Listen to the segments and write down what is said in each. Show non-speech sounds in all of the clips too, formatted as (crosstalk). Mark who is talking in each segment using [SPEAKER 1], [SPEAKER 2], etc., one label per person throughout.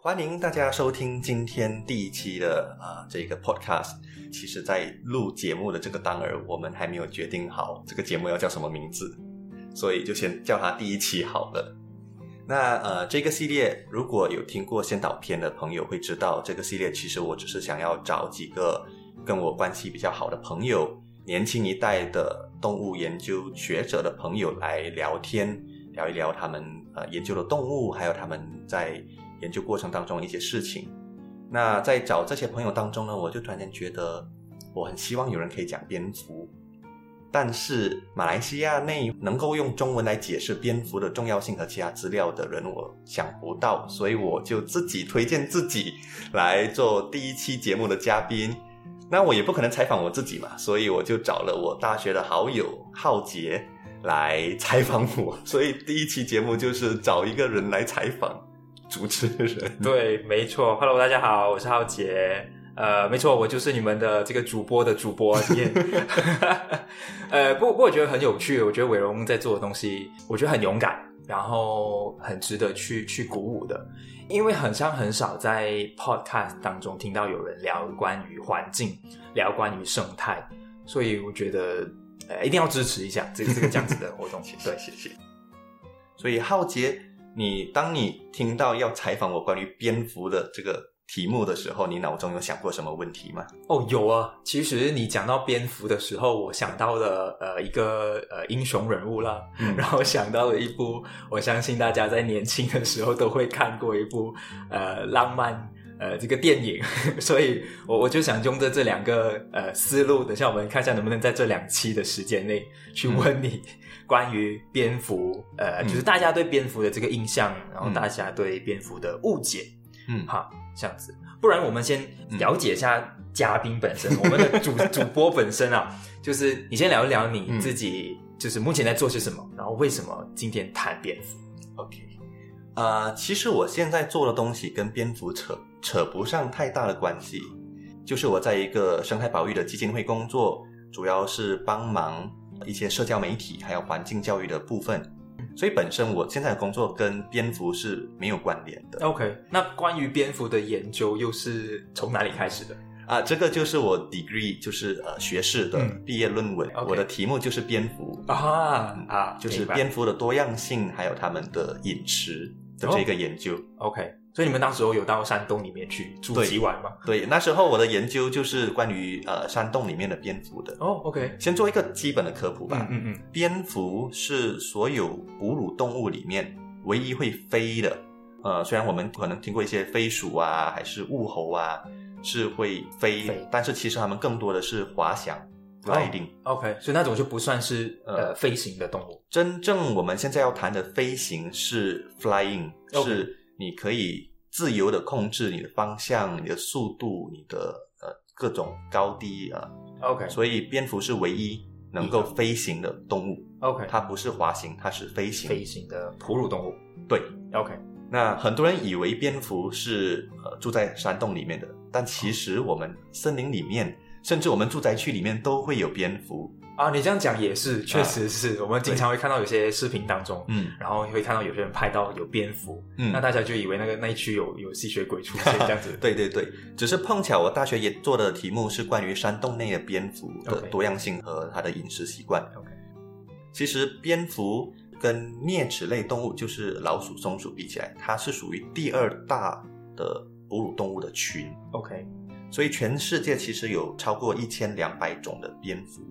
[SPEAKER 1] 欢迎大家收听今天第一期的啊、这个 podcast。其实，在录节目的这个当儿，我们还没有决定好这个节目要叫什么名字，所以就先叫它第一期好了。那呃，这个系列如果有听过先导片的朋友会知道，这个系列其实我只是想要找几个跟我关系比较好的朋友，年轻一代的动物研究学者的朋友来聊天，聊一聊他们呃研究的动物，还有他们在研究过程当中的一些事情。那在找这些朋友当中呢，我就突然间觉得，我很希望有人可以讲蝙蝠，但是马来西亚内能够用中文来解释蝙蝠的重要性和其他资料的人，我想不到，所以我就自己推荐自己来做第一期节目的嘉宾。那我也不可能采访我自己嘛，所以我就找了我大学的好友浩杰来采访我，所以第一期节目就是找一个人来采访主持人。
[SPEAKER 2] (laughs) 对，没错。Hello，大家好，我是浩杰。呃，没错，我就是你们的这个主播的主播。耶 (laughs) 呃，不不过我觉得很有趣，我觉得伟荣在做的东西，我觉得很勇敢，然后很值得去去鼓舞的，因为很像很少在 podcast 当中听到有人聊关于环境，聊关于生态，所以我觉得呃一定要支持一下这个这个这样子的活动。对，
[SPEAKER 1] 谢谢。所以浩杰，你当你听到要采访我关于蝙蝠的这个题目的时候，你脑中有想过什么问题吗？
[SPEAKER 2] 哦，有啊。其实你讲到蝙蝠的时候，我想到了呃一个呃英雄人物啦，
[SPEAKER 1] 嗯
[SPEAKER 2] 然后想到了一部我相信大家在年轻的时候都会看过一部呃浪漫呃这个电影， (laughs) 所以我我就想用这这两个呃思路，等一下我们看一下能不能在这两期的时间内去问你关于蝙蝠呃
[SPEAKER 1] 嗯
[SPEAKER 2] 就是大家对蝙蝠的这个印象，然后
[SPEAKER 1] 嗯
[SPEAKER 2] 大家对蝙蝠的误解。
[SPEAKER 1] 嗯
[SPEAKER 2] 哈，这样子。不然我们先了解一下嘉宾本身，我们的主 (laughs) 主播本身啊，就是你先聊一聊你
[SPEAKER 1] 嗯
[SPEAKER 2] 自己，就是目前在做些什么，然后为什么今天谈蝙蝠？
[SPEAKER 1] ，OK。呃，其实我现在做的东西跟蝙蝠扯扯不上太大的关系，就是我在一个生态保育的基金会工作，主要是帮忙一些社交媒体还有环境教育的部分，所以本身我现在的工作跟蝙蝠是没有关联的。
[SPEAKER 2] OK，那关于蝙蝠的研究又是从哪里开始的？
[SPEAKER 1] 啊，这个就是我 degree，就是呃学士的
[SPEAKER 2] 嗯
[SPEAKER 1] 毕业论文，
[SPEAKER 2] OK
[SPEAKER 1] 我的题目就是蝙蝠
[SPEAKER 2] 啊
[SPEAKER 1] 嗯
[SPEAKER 2] 啊，
[SPEAKER 1] 就是
[SPEAKER 2] 明白
[SPEAKER 1] 蝙蝠的多样性，还有它们的饮食
[SPEAKER 2] 哦
[SPEAKER 1] 的这个研究。
[SPEAKER 2] OK。所以你们当时候有到山洞里面去住
[SPEAKER 1] 对
[SPEAKER 2] 几晚吗？
[SPEAKER 1] 对，那时候我的研究就是关于呃山洞里面的蝙蝠的。
[SPEAKER 2] 哦，OK，
[SPEAKER 1] 先做一个基本的科普吧
[SPEAKER 2] 嗯。嗯嗯，
[SPEAKER 1] 蝙蝠是所有哺乳动物里面唯一会飞的。呃，虽然我们可能听过一些飞鼠啊，还是雾猴啊，是会飞，
[SPEAKER 2] 飞哦
[SPEAKER 1] 但是其实它们更多的是滑翔，gliding。
[SPEAKER 2] ，OK，所以那种就不算是
[SPEAKER 1] 呃
[SPEAKER 2] 呃飞行的动物。
[SPEAKER 1] 真正我们现在要谈的飞行是 flying，、
[SPEAKER 2] OK
[SPEAKER 1] 是你可以自由的控制你的方向、你的速度、你的呃各种高低啊、
[SPEAKER 2] OK
[SPEAKER 1] 所以蝙蝠是唯一能够飞行的动物，
[SPEAKER 2] OK，
[SPEAKER 1] 它不是滑行，它是飞行。
[SPEAKER 2] 飞行的哺乳动物。
[SPEAKER 1] 对，
[SPEAKER 2] OK，
[SPEAKER 1] 那很多人以为蝙蝠是呃住在山洞里面的，但其实我们森林里面，甚至我们住宅区里面都会有蝙蝠。
[SPEAKER 2] 啊，你这样讲也是，确实是、我们经常会看到有些视频当中，
[SPEAKER 1] 嗯
[SPEAKER 2] 然后会看到有些人拍到有蝙蝠，
[SPEAKER 1] 嗯
[SPEAKER 2] 那大家就以为那个那一区有有吸血鬼出现这样子。
[SPEAKER 1] (laughs) 对对对，只是碰巧我大学也做的题目是关于山洞内的蝙蝠的
[SPEAKER 2] OK
[SPEAKER 1] 多样性和它的饮食习惯。
[SPEAKER 2] OK
[SPEAKER 1] 其实蝙蝠跟啮齿类动物，就是老鼠、松鼠比起来，它是属于第二大的哺乳动物的群，
[SPEAKER 2] ，OK，
[SPEAKER 1] 所以全世界其实有超过一千两百种的蝙蝠。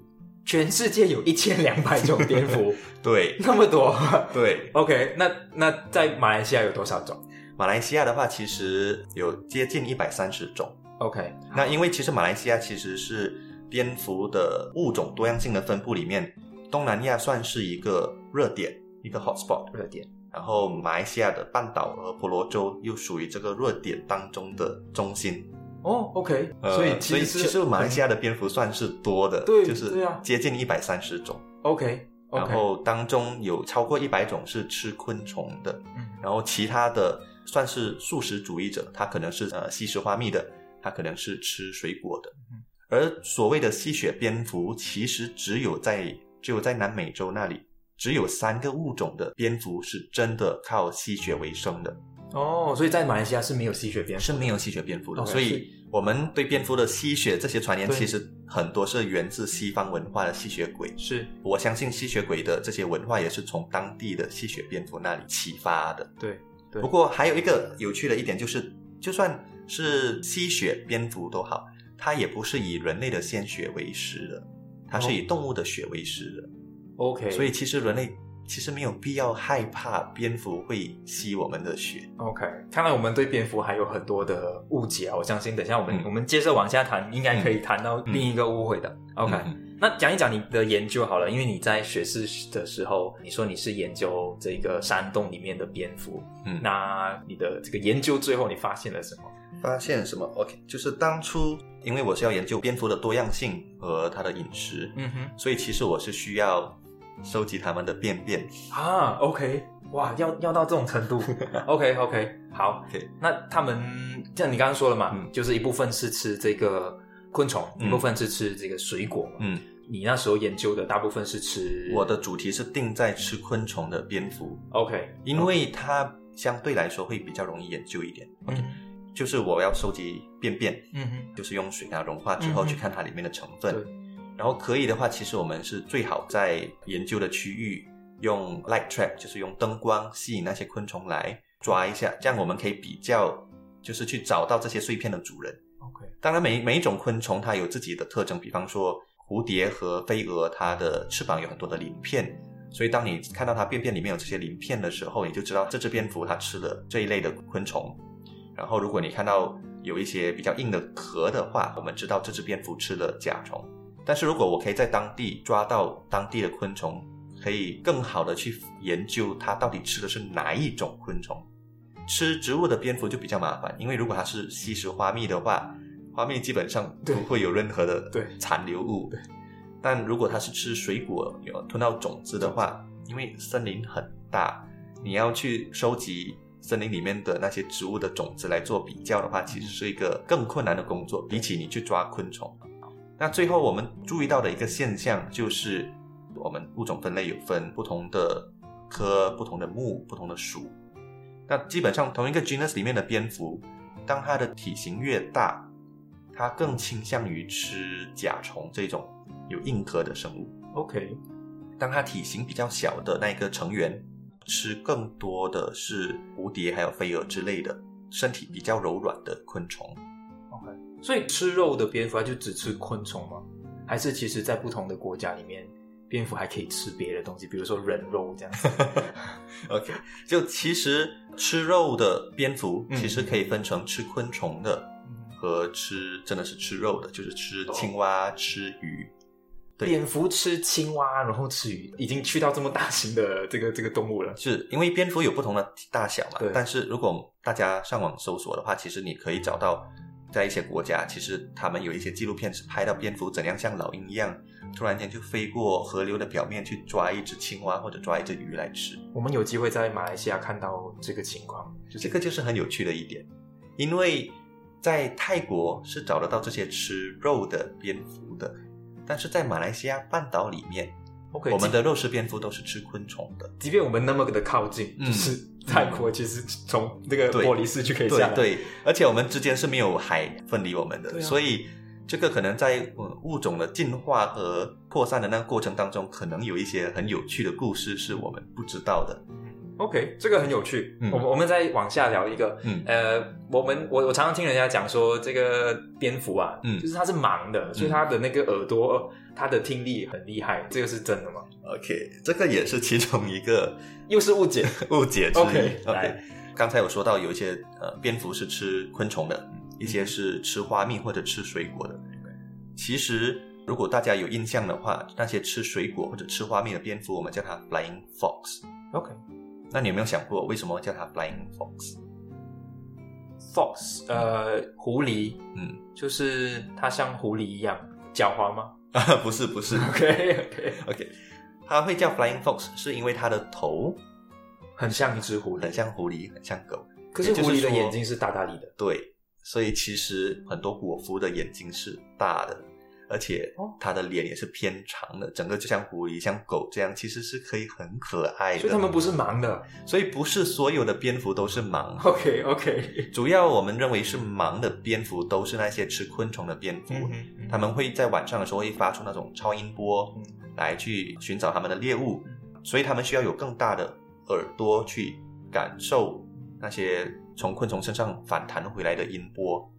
[SPEAKER 2] 全世界有一千两百种
[SPEAKER 1] (laughs)
[SPEAKER 2] 蝙蝠，
[SPEAKER 1] 对
[SPEAKER 2] 那么多。
[SPEAKER 1] 对，
[SPEAKER 2] OK，那那在马来西亚有多少种
[SPEAKER 1] 马来西亚的话，其实有接近一百三十种。
[SPEAKER 2] ？OK，
[SPEAKER 1] 那因为其实马来西亚其实是蝙蝠的物种多样性的分布里面，东南亚算是一个热点，一个 hot spot。
[SPEAKER 2] 热点。
[SPEAKER 1] 然后马来西亚的半岛和婆罗洲又属于这个热点当中的中心。
[SPEAKER 2] 哦，OK，、
[SPEAKER 1] 呃
[SPEAKER 2] 所以
[SPEAKER 1] 所
[SPEAKER 2] 其
[SPEAKER 1] 以
[SPEAKER 2] 实
[SPEAKER 1] 其实马来西
[SPEAKER 2] 亚
[SPEAKER 1] 亚的蝙蝠算是多的，
[SPEAKER 2] 对
[SPEAKER 1] 就是
[SPEAKER 2] 对啊
[SPEAKER 1] 接近一百三十种。
[SPEAKER 2] OK OK，
[SPEAKER 1] 然后当中有超过一百种是吃昆虫的，
[SPEAKER 2] 嗯
[SPEAKER 1] 然后其他的算是素食主义者，他可能是呃吸食花蜜的，他可能是吃水果的
[SPEAKER 2] 嗯。
[SPEAKER 1] 而所谓的吸血蝙蝠，其实只有在只有在南美洲那里，只有三个物种的蝙蝠是真的靠吸血为生的。
[SPEAKER 2] 哦，所以在马来西亚是没有吸血蝙蝠
[SPEAKER 1] 是没有吸血蝙蝠的，
[SPEAKER 2] OK，
[SPEAKER 1] 所以我们对蝙蝠的吸血这些传言，
[SPEAKER 2] 对
[SPEAKER 1] 其实很多是源自西方文化的吸血鬼。
[SPEAKER 2] 是
[SPEAKER 1] 我相信吸血鬼的这些文化也是从当地的吸血蝙蝠那里启发的。
[SPEAKER 2] 对对
[SPEAKER 1] 不过还有一个有趣的一点就是，就算是吸血蝙蝠都好，它也不是以人类的鲜血为食的，它是以动物的血为食
[SPEAKER 2] 哦
[SPEAKER 1] 的。
[SPEAKER 2] ，OK，
[SPEAKER 1] 所以其实人类其实没有必要害怕蝙蝠会吸我们的血。
[SPEAKER 2] OK，看来我们对蝙蝠还有很多的误解啊！我相信等一下我们、
[SPEAKER 1] 嗯
[SPEAKER 2] 我们接着往下谈，应该可以谈到另一个误会的。OK，、
[SPEAKER 1] 嗯
[SPEAKER 2] 那讲一讲你的研究好了，因为你在学士的时候，你说你是研究这个山洞里面的蝙蝠，
[SPEAKER 1] 嗯
[SPEAKER 2] 那你的这个研究最后你发现了什么？
[SPEAKER 1] 发现什么？OK，就是当初因为我是要研究蝙蝠的多样性和它的饮食，
[SPEAKER 2] 嗯哼，
[SPEAKER 1] 所以其实我是需要收集它们的便便。
[SPEAKER 2] 啊，OK，哇，要要到这种
[SPEAKER 1] (laughs)
[SPEAKER 2] 程度，OK OK，好
[SPEAKER 1] OK
[SPEAKER 2] 那他们像你刚刚说了嘛，
[SPEAKER 1] 嗯
[SPEAKER 2] 就是一部分是吃这个昆虫，
[SPEAKER 1] 嗯
[SPEAKER 2] 一部分是吃这个水果嘛，
[SPEAKER 1] 嗯，
[SPEAKER 2] 你那时候研究的大部分是吃
[SPEAKER 1] 我的主题是定在吃昆虫的蝙蝠，
[SPEAKER 2] ，OK，
[SPEAKER 1] 因为它相对来说会比较容易研究一点。
[SPEAKER 2] 嗯
[SPEAKER 1] 就是我要收集便便，
[SPEAKER 2] 嗯哼，
[SPEAKER 1] 就是用水啊融化之后
[SPEAKER 2] 嗯哼
[SPEAKER 1] 去看它里面的成分。然后可以的话，其实我们是最好在研究的区域用 light trap，就是用灯光吸引那些昆虫来抓一下，这样我们可以比较，就是去找到这些碎片的主人。
[SPEAKER 2] ，OK，
[SPEAKER 1] 当然每，每一种昆虫它有自己的特征，比方说蝴蝶和飞蛾，它的翅膀有很多的鳞片，所以当你看到它便便里面有这些鳞片的时候，你就知道这只蝙蝠它吃了这一类的昆虫。然后，如果你看到有一些比较硬的壳的话，我们知道这只蝙蝠吃了甲虫。但是如果我可以在当地抓到当地的昆虫，可以更好的去研究它到底吃的是哪一种昆虫。吃植物的蝙蝠就比较麻烦，因为如果它是吸食花蜜的话，花蜜基本上不
[SPEAKER 2] 对
[SPEAKER 1] 会有任何的
[SPEAKER 2] 对
[SPEAKER 1] 残留物。但如果它是吃水果，有吞到种子的话，因为森林很大，你要去收集森林里面的那些植物的种子来做比较的话，其实是一个更困难的工作，比起你去抓昆虫。那最后我们注意到的一个现象就是，我们物种分类有分不同的科、不同的目、不同的属。那基本上同一个 genus 里面的蝙蝠，当它的体型越大，它更倾向于吃甲虫这种有硬壳的生物；
[SPEAKER 2] OK，
[SPEAKER 1] 当它体型比较小的那个成员，吃更多的是蝴蝶还有飞蛾之类的身体比较柔软的昆虫。
[SPEAKER 2] 所以吃肉的蝙蝠它就只吃昆虫吗？还是其实在不同的国家里面，蝙蝠还可以吃别的东西，比如说人肉这样子
[SPEAKER 1] OK，就其实吃肉的蝙蝠
[SPEAKER 2] 嗯
[SPEAKER 1] 其实可以分成吃昆虫的
[SPEAKER 2] 嗯
[SPEAKER 1] 和吃真的是吃肉的，就是吃
[SPEAKER 2] 哦
[SPEAKER 1] 青蛙、吃鱼。对
[SPEAKER 2] 蝙蝠吃青蛙，然后吃鱼，已经去到这么大型的这个这个动物了。
[SPEAKER 1] 是因为蝙蝠有不同的大小嘛
[SPEAKER 2] 对？
[SPEAKER 1] 但是如果大家上网搜索的话，其实你可以找到，在一些国家，其实他们有一些纪录片是拍到蝙蝠怎样像老鹰一样，突然间就飞过河流的表面去抓一只青蛙或者抓一只鱼来吃。
[SPEAKER 2] 我们有机会在马来西亚看到这个情况，就
[SPEAKER 1] 这
[SPEAKER 2] 是
[SPEAKER 1] 个就是很有趣的一点，因为在泰国是找得到这些吃肉的蝙蝠的，但是在马来西亚半岛里面，
[SPEAKER 2] OK，
[SPEAKER 1] 我们的肉食蝙蝠都是吃昆虫的。
[SPEAKER 2] 即便我们那么的靠近，
[SPEAKER 1] 嗯
[SPEAKER 2] 就是泰国其实从这个
[SPEAKER 1] 对
[SPEAKER 2] 玻璃市就可以
[SPEAKER 1] 对
[SPEAKER 2] 下来。
[SPEAKER 1] 对，而且我们之间是没有海分离我们的，
[SPEAKER 2] 对啊
[SPEAKER 1] 所以这个可能在嗯物种的进化和扩散的那个过程当中，可能有一些很有趣的故事是我们不知道的。
[SPEAKER 2] OK，这个很有趣。
[SPEAKER 1] 嗯
[SPEAKER 2] 我们我们再往下聊一个，
[SPEAKER 1] 嗯
[SPEAKER 2] 呃，我们我我常常听人家讲说，这个蝙蝠啊，
[SPEAKER 1] 嗯
[SPEAKER 2] 就是它是盲的，所以它的那个耳朵，哦它的听力很厉害，这个是真的吗？
[SPEAKER 1] OK，这个也是其中一个
[SPEAKER 2] 又是误解。
[SPEAKER 1] (laughs) 误解之一。
[SPEAKER 2] OK，来
[SPEAKER 1] OK，刚才有说到有一些呃蝙蝠是吃昆虫的，
[SPEAKER 2] 嗯
[SPEAKER 1] 一些是吃花蜜或者吃水果的。其实如果大家有印象的话，那些吃水果或者吃花蜜的蝙蝠，我们叫它 flying fox。
[SPEAKER 2] OK，Fox，、
[SPEAKER 1] 那你有没有想过为什么叫它 flying fox？ (laughs)
[SPEAKER 2] 呃，狐狸，
[SPEAKER 1] 嗯，
[SPEAKER 2] 就是它像狐狸一样狡猾
[SPEAKER 1] (laughs)
[SPEAKER 2] 吗
[SPEAKER 1] 不是不
[SPEAKER 2] (laughs)
[SPEAKER 1] 是
[SPEAKER 2] ？OK OK，
[SPEAKER 1] ，OK，它会叫 flying fox 是因为它的头
[SPEAKER 2] 很像一只狐
[SPEAKER 1] 很
[SPEAKER 2] 狸，
[SPEAKER 1] 像狐狸，很像狗。
[SPEAKER 2] 可是狐狸
[SPEAKER 1] 也就是说
[SPEAKER 2] 的眼睛是大大力的。嗯
[SPEAKER 1] 对，所以其实很多果蝠的眼睛是大的，而且
[SPEAKER 2] 哦
[SPEAKER 1] 它的脸也是偏长的，整个就像狐狸、像狗这样，其实是可以很可爱的。
[SPEAKER 2] 所以他们不是盲的。
[SPEAKER 1] 所以不是所有的蝙蝠都是盲，
[SPEAKER 2] OK OK，
[SPEAKER 1] 主要我们认为是盲的蝙蝠都是那些吃昆虫的蝙蝠，
[SPEAKER 2] 嗯
[SPEAKER 1] 它们会在晚上的时候会发出那种超音波
[SPEAKER 2] 嗯
[SPEAKER 1] 来去寻找它们的猎物，所以它们需要有更大的耳朵去感受那些从昆虫身上反弹回来的音波，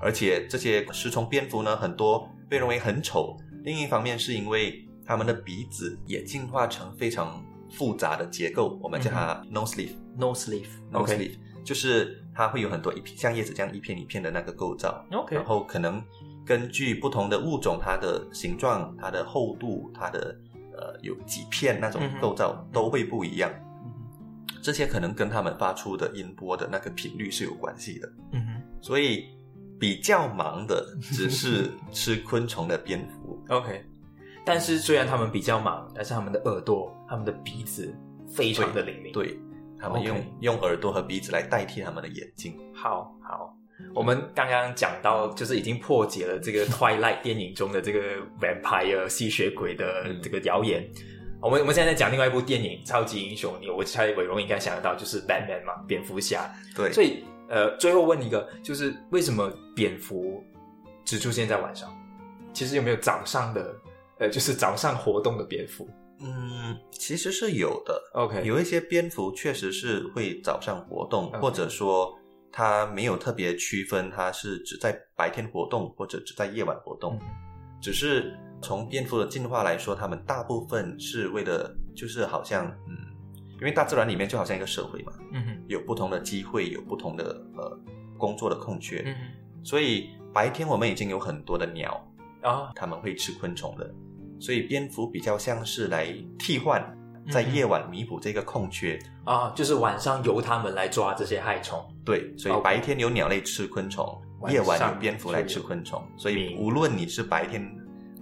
[SPEAKER 1] 而且这些食虫蝙蝠呢，很多被认为很丑，另一方面是因为它们的鼻子也进化成非常复杂的结构，我们叫它 nose leaf。
[SPEAKER 2] no sleeve
[SPEAKER 1] nose leaf，、就是它会有很多一片像叶子这样一片一片的那个构造，
[SPEAKER 2] OK
[SPEAKER 1] 然后可能根据不同的物种，它的形状、它的厚度、它的呃有几片那种
[SPEAKER 2] 嗯哼
[SPEAKER 1] 构造都会不一样，
[SPEAKER 2] 嗯
[SPEAKER 1] 这些可能跟它们发出的音波的那个频率是有关系的，
[SPEAKER 2] 嗯
[SPEAKER 1] 所以比较忙的只
[SPEAKER 2] (laughs)
[SPEAKER 1] 是吃昆虫的蝙蝠。
[SPEAKER 2] OK，但是虽然他们比较盲，但是他们的耳朵、他们的鼻子非常的灵敏。，
[SPEAKER 1] 对，他们用
[SPEAKER 2] OK
[SPEAKER 1] 用耳朵和鼻子来代替他们的眼睛。
[SPEAKER 2] 好好，我们刚刚讲到，就是已经破解了这个 Twilight 电影中的这个 vampire 吸血鬼的
[SPEAKER 1] 嗯
[SPEAKER 2] 这个谣言。我们我们现在在讲另外一部电影《超级英雄》，你我猜伟荣应该想得到就是 Batman 嘛，蝙蝠侠。
[SPEAKER 1] 对，
[SPEAKER 2] 所以呃，最后问一个，就是为什么蝙蝠只出现在晚上？其实有没有早上的呃，就是早上活动的蝙蝠
[SPEAKER 1] 嗯，其实是有的，
[SPEAKER 2] ？OK，
[SPEAKER 1] 有一些蝙蝠确实是会早上活动，
[SPEAKER 2] 嗯
[SPEAKER 1] 或者说它没有特别区分，它是只在白天活动或者只在夜晚活动。
[SPEAKER 2] 嗯
[SPEAKER 1] 只是从蝙蝠的进化来说，它们大部分是为了就是好像嗯，因为大自然里面就好像一个社会嘛，
[SPEAKER 2] 嗯哼
[SPEAKER 1] 有不同的机会，有不同的呃工作的空缺，
[SPEAKER 2] 嗯哼
[SPEAKER 1] 所以白天我们已经有很多的鸟，
[SPEAKER 2] 啊，
[SPEAKER 1] 它们会吃昆虫的，所以蝙蝠比较像是来替换。在
[SPEAKER 2] 嗯
[SPEAKER 1] 夜晚弥补这个空缺，
[SPEAKER 2] 啊，就是晚上由他们来抓这些害虫。 (laughs)
[SPEAKER 1] 对，所以
[SPEAKER 2] OK
[SPEAKER 1] 白天有鸟类吃昆虫，
[SPEAKER 2] 晚
[SPEAKER 1] 夜晚
[SPEAKER 2] 上
[SPEAKER 1] 有蝙蝠来吃昆虫，所以
[SPEAKER 2] 明
[SPEAKER 1] 无论你是白天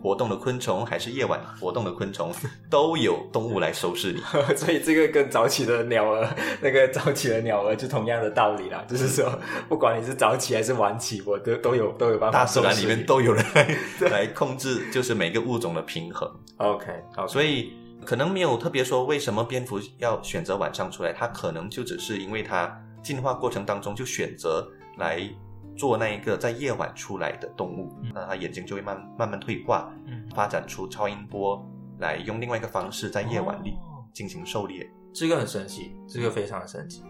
[SPEAKER 1] 活动的昆虫，还是夜晚活动的昆虫，
[SPEAKER 2] (laughs)
[SPEAKER 1] 都有动物来收拾你。
[SPEAKER 2] 所以这个跟早起的鸟儿，那个早起的鸟儿就同样的道理啦， (laughs) 就是说，不管你是早起还是晚起，我都都有都有办法
[SPEAKER 1] 大
[SPEAKER 2] 收
[SPEAKER 1] 自
[SPEAKER 2] 拾你。
[SPEAKER 1] 然里面都有人
[SPEAKER 2] (laughs)
[SPEAKER 1] 来来控制，就是每个物种的平衡。
[SPEAKER 2] OK，好，
[SPEAKER 1] 所以可能没有特别说为什么蝙蝠要选择晚上出来，它可能就只是因为它进化过程当中就选择来做那一个在夜晚出来的动物，那它眼睛就会慢慢慢退化，
[SPEAKER 2] 嗯
[SPEAKER 1] 发展出超音波来用另外一个方式在夜晚里
[SPEAKER 2] 哦
[SPEAKER 1] 进行狩猎。
[SPEAKER 2] 这个很神奇，这
[SPEAKER 1] 嗯
[SPEAKER 2] 个非常的神奇。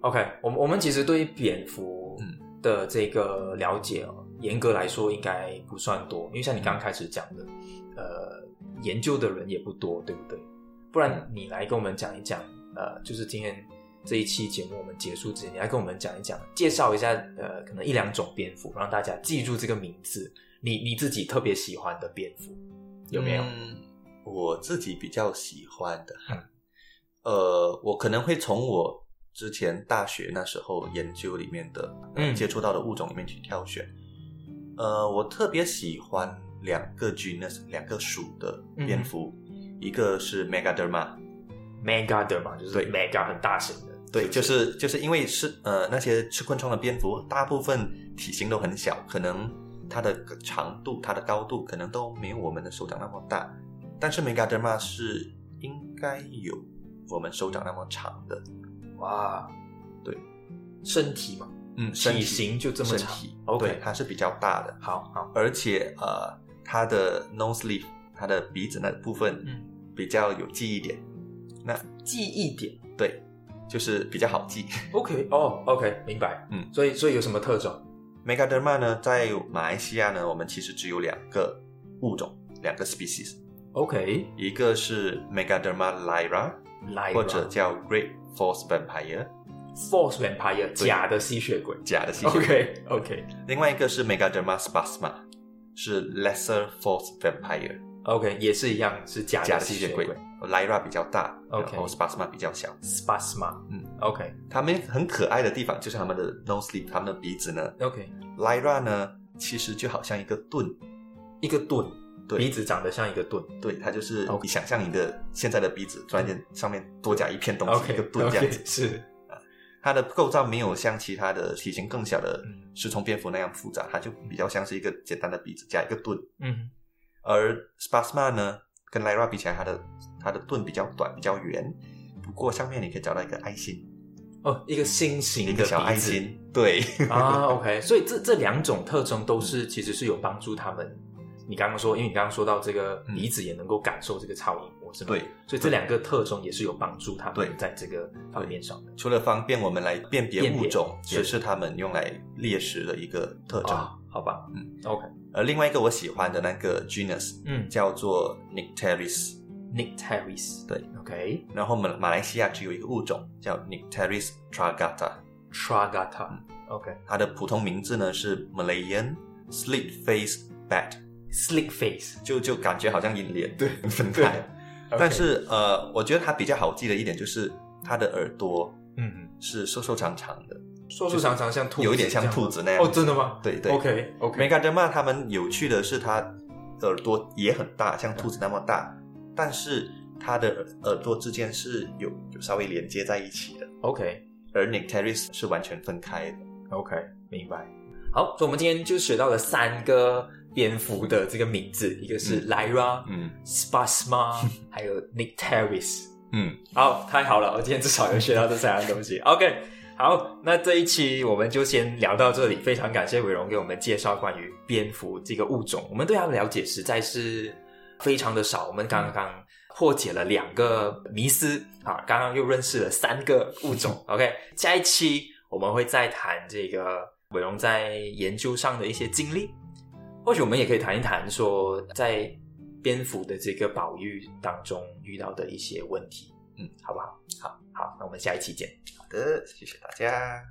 [SPEAKER 2] OK，我们我们其实对于蝙蝠
[SPEAKER 1] 嗯
[SPEAKER 2] 的这个了解哦，严格来说应该不算多，因为像你刚开始讲的，呃，研究的人也不多，对不对？不然你来跟我们讲一讲，呃，就是今天这一期节目我们结束之前，你来跟我们讲一讲，介绍一下，呃，可能一两种蝙蝠，让大家记住这个名字。你你自己特别喜欢的蝙蝠有没有？
[SPEAKER 1] 嗯我自己比较喜欢的
[SPEAKER 2] 嗯，
[SPEAKER 1] 呃，我可能会从我之前大学那时候研究里面的、呃
[SPEAKER 2] 嗯
[SPEAKER 1] 接触到的物种里面去挑选。呃，我特别喜欢两个 genus 两个属的
[SPEAKER 2] 嗯
[SPEAKER 1] 蝙蝠，一个是 Megaderma，
[SPEAKER 2] mega 的嘛，就是
[SPEAKER 1] 对
[SPEAKER 2] mega 很大型的，
[SPEAKER 1] 对，就是是就是因为是呃那些吃昆虫的蝙蝠，大部分体型都很小，可能它的长度、它的高度可能都没有我们的手掌那么大，但是 Megaderma 是应该有我们手掌那么长的，
[SPEAKER 2] 哇，
[SPEAKER 1] 对，
[SPEAKER 2] 身体嘛，
[SPEAKER 1] 嗯，
[SPEAKER 2] 体型就这么
[SPEAKER 1] 身
[SPEAKER 2] 长
[SPEAKER 1] 体对，
[SPEAKER 2] ，OK，
[SPEAKER 1] 它是比较大的，
[SPEAKER 2] 好好，
[SPEAKER 1] 而且呃它的 nose leaf，它的鼻子那部分
[SPEAKER 2] 嗯，
[SPEAKER 1] 比较有记忆点，
[SPEAKER 2] 记忆点
[SPEAKER 1] 对，就是比较好记。
[SPEAKER 2] ，OK，哦，OK，明白，
[SPEAKER 1] 嗯
[SPEAKER 2] 所以所以有什么特征
[SPEAKER 1] Megaderma 呢，在马来西亚呢，我们其实只有两个物种，两个 species，
[SPEAKER 2] ？OK，
[SPEAKER 1] 一个是 Megaderma lyra，
[SPEAKER 2] 来吧，
[SPEAKER 1] 或者叫 Great False Vampire，
[SPEAKER 2] Force Vampire
[SPEAKER 1] 对
[SPEAKER 2] 假的吸血鬼
[SPEAKER 1] 假的吸血鬼
[SPEAKER 2] ，OK OK
[SPEAKER 1] 另外一个是 Megaderma spasma，是 Lesser False Vampire，
[SPEAKER 2] OK，也是一样是假
[SPEAKER 1] 假
[SPEAKER 2] 的
[SPEAKER 1] 吸
[SPEAKER 2] 吸血
[SPEAKER 1] 血鬼。lyra 比较大
[SPEAKER 2] OK
[SPEAKER 1] 然后 spasma 比较小。
[SPEAKER 2] ，Spasma，
[SPEAKER 1] 嗯
[SPEAKER 2] ，OK
[SPEAKER 1] 它们很可爱的地方就是它们的 nose l e e p 它们的鼻子呢
[SPEAKER 2] OK，
[SPEAKER 1] ，lyra 呢其实就好像一个盾，
[SPEAKER 2] 一个盾，
[SPEAKER 1] 对
[SPEAKER 2] 鼻子长得像一个盾
[SPEAKER 1] 对，它就是你
[SPEAKER 2] OK
[SPEAKER 1] 想象你的现在的鼻子，突然间上面多加一片东西
[SPEAKER 2] 嗯，OK，
[SPEAKER 1] 一个盾这样子。
[SPEAKER 2] OK，是，
[SPEAKER 1] 它的构造没有像其他的体型更小的
[SPEAKER 2] 嗯
[SPEAKER 1] 食虫蝙蝠那样复杂，它就比较像是一个简单的鼻子加一个盾。
[SPEAKER 2] 嗯
[SPEAKER 1] 而 Spasma 呢，跟 Lyra 比起来，它的它的盾比较短，比较圆，不过上面你可以找到一个爱心，
[SPEAKER 2] 哦，一个心形的
[SPEAKER 1] 一个小爱
[SPEAKER 2] 鼻子
[SPEAKER 1] 心，对， (laughs)
[SPEAKER 2] 啊，OK，所以这这两种特征都是其实是有帮助他们。你刚刚说，因为你刚刚说到这个
[SPEAKER 1] 嗯
[SPEAKER 2] 鼻子也能够感受这个超音波，是吧？
[SPEAKER 1] 对，
[SPEAKER 2] 所以这两个特征也是有帮助他
[SPEAKER 1] 对
[SPEAKER 2] 们在这个方面上的。
[SPEAKER 1] 除了方便我们来辨别
[SPEAKER 2] 辨别
[SPEAKER 1] 物种，
[SPEAKER 2] 是
[SPEAKER 1] 也是他们用来猎食的一个特征。
[SPEAKER 2] 啊，好吧，
[SPEAKER 1] 嗯
[SPEAKER 2] 嗯，OK，
[SPEAKER 1] 而另外一个我喜欢的那个 genus
[SPEAKER 2] 嗯
[SPEAKER 1] 叫做 Nycteris，
[SPEAKER 2] ，Nick Terrace，
[SPEAKER 1] 对
[SPEAKER 2] ，OK，Tragata，、
[SPEAKER 1] 然后我们马来西亚只有一个物种叫 Nycteris tragata，嗯
[SPEAKER 2] o k
[SPEAKER 1] 它的普通名字呢是 Malayan Slit Face Bat，
[SPEAKER 2] s l i c k Face，
[SPEAKER 1] 就就感觉好像银莲
[SPEAKER 2] 对
[SPEAKER 1] 分开。
[SPEAKER 2] OK
[SPEAKER 1] 但是呃，我觉得它比较好记的一点就是它的耳朵
[SPEAKER 2] 嗯，
[SPEAKER 1] 是瘦瘦长长的，
[SPEAKER 2] 说说常常像兔子这样吗，
[SPEAKER 1] 有一点像兔子那样。
[SPEAKER 2] 哦，真的吗？
[SPEAKER 1] 对对。
[SPEAKER 2] ，OK OK，
[SPEAKER 1] Megaderma 他们有趣的是，它耳朵也很大，像兔子那么大，但是它的耳耳朵之间是有有稍微连接在一起的，
[SPEAKER 2] OK
[SPEAKER 1] 而 Nectaris 是完全分开的。
[SPEAKER 2] OK，明白。好，所以我们今天就学到了三个蝙蝠的这个名字，一个是 Lyra，
[SPEAKER 1] 嗯
[SPEAKER 2] (laughs) Spasma，还有 Nick Terrace。
[SPEAKER 1] 嗯，
[SPEAKER 2] 好，太好了，我今天至少有学到这三样东西。OK，好，那这一期我们就先聊到这里。非常感谢伟荣给我们介绍关于蝙蝠这个物种，我们对它的了解实在是非常的少。我们刚刚破解了两个迷思啊，刚刚又认识了三个物种。OK，下一期我们会再谈这个伟荣在研究上的一些经历。或许我们也可以谈一谈说，在蝙蝠的这个保育当中遇到的一些问题，嗯，好不好？好，好，那我们下一期见。
[SPEAKER 1] 好的，谢谢大家。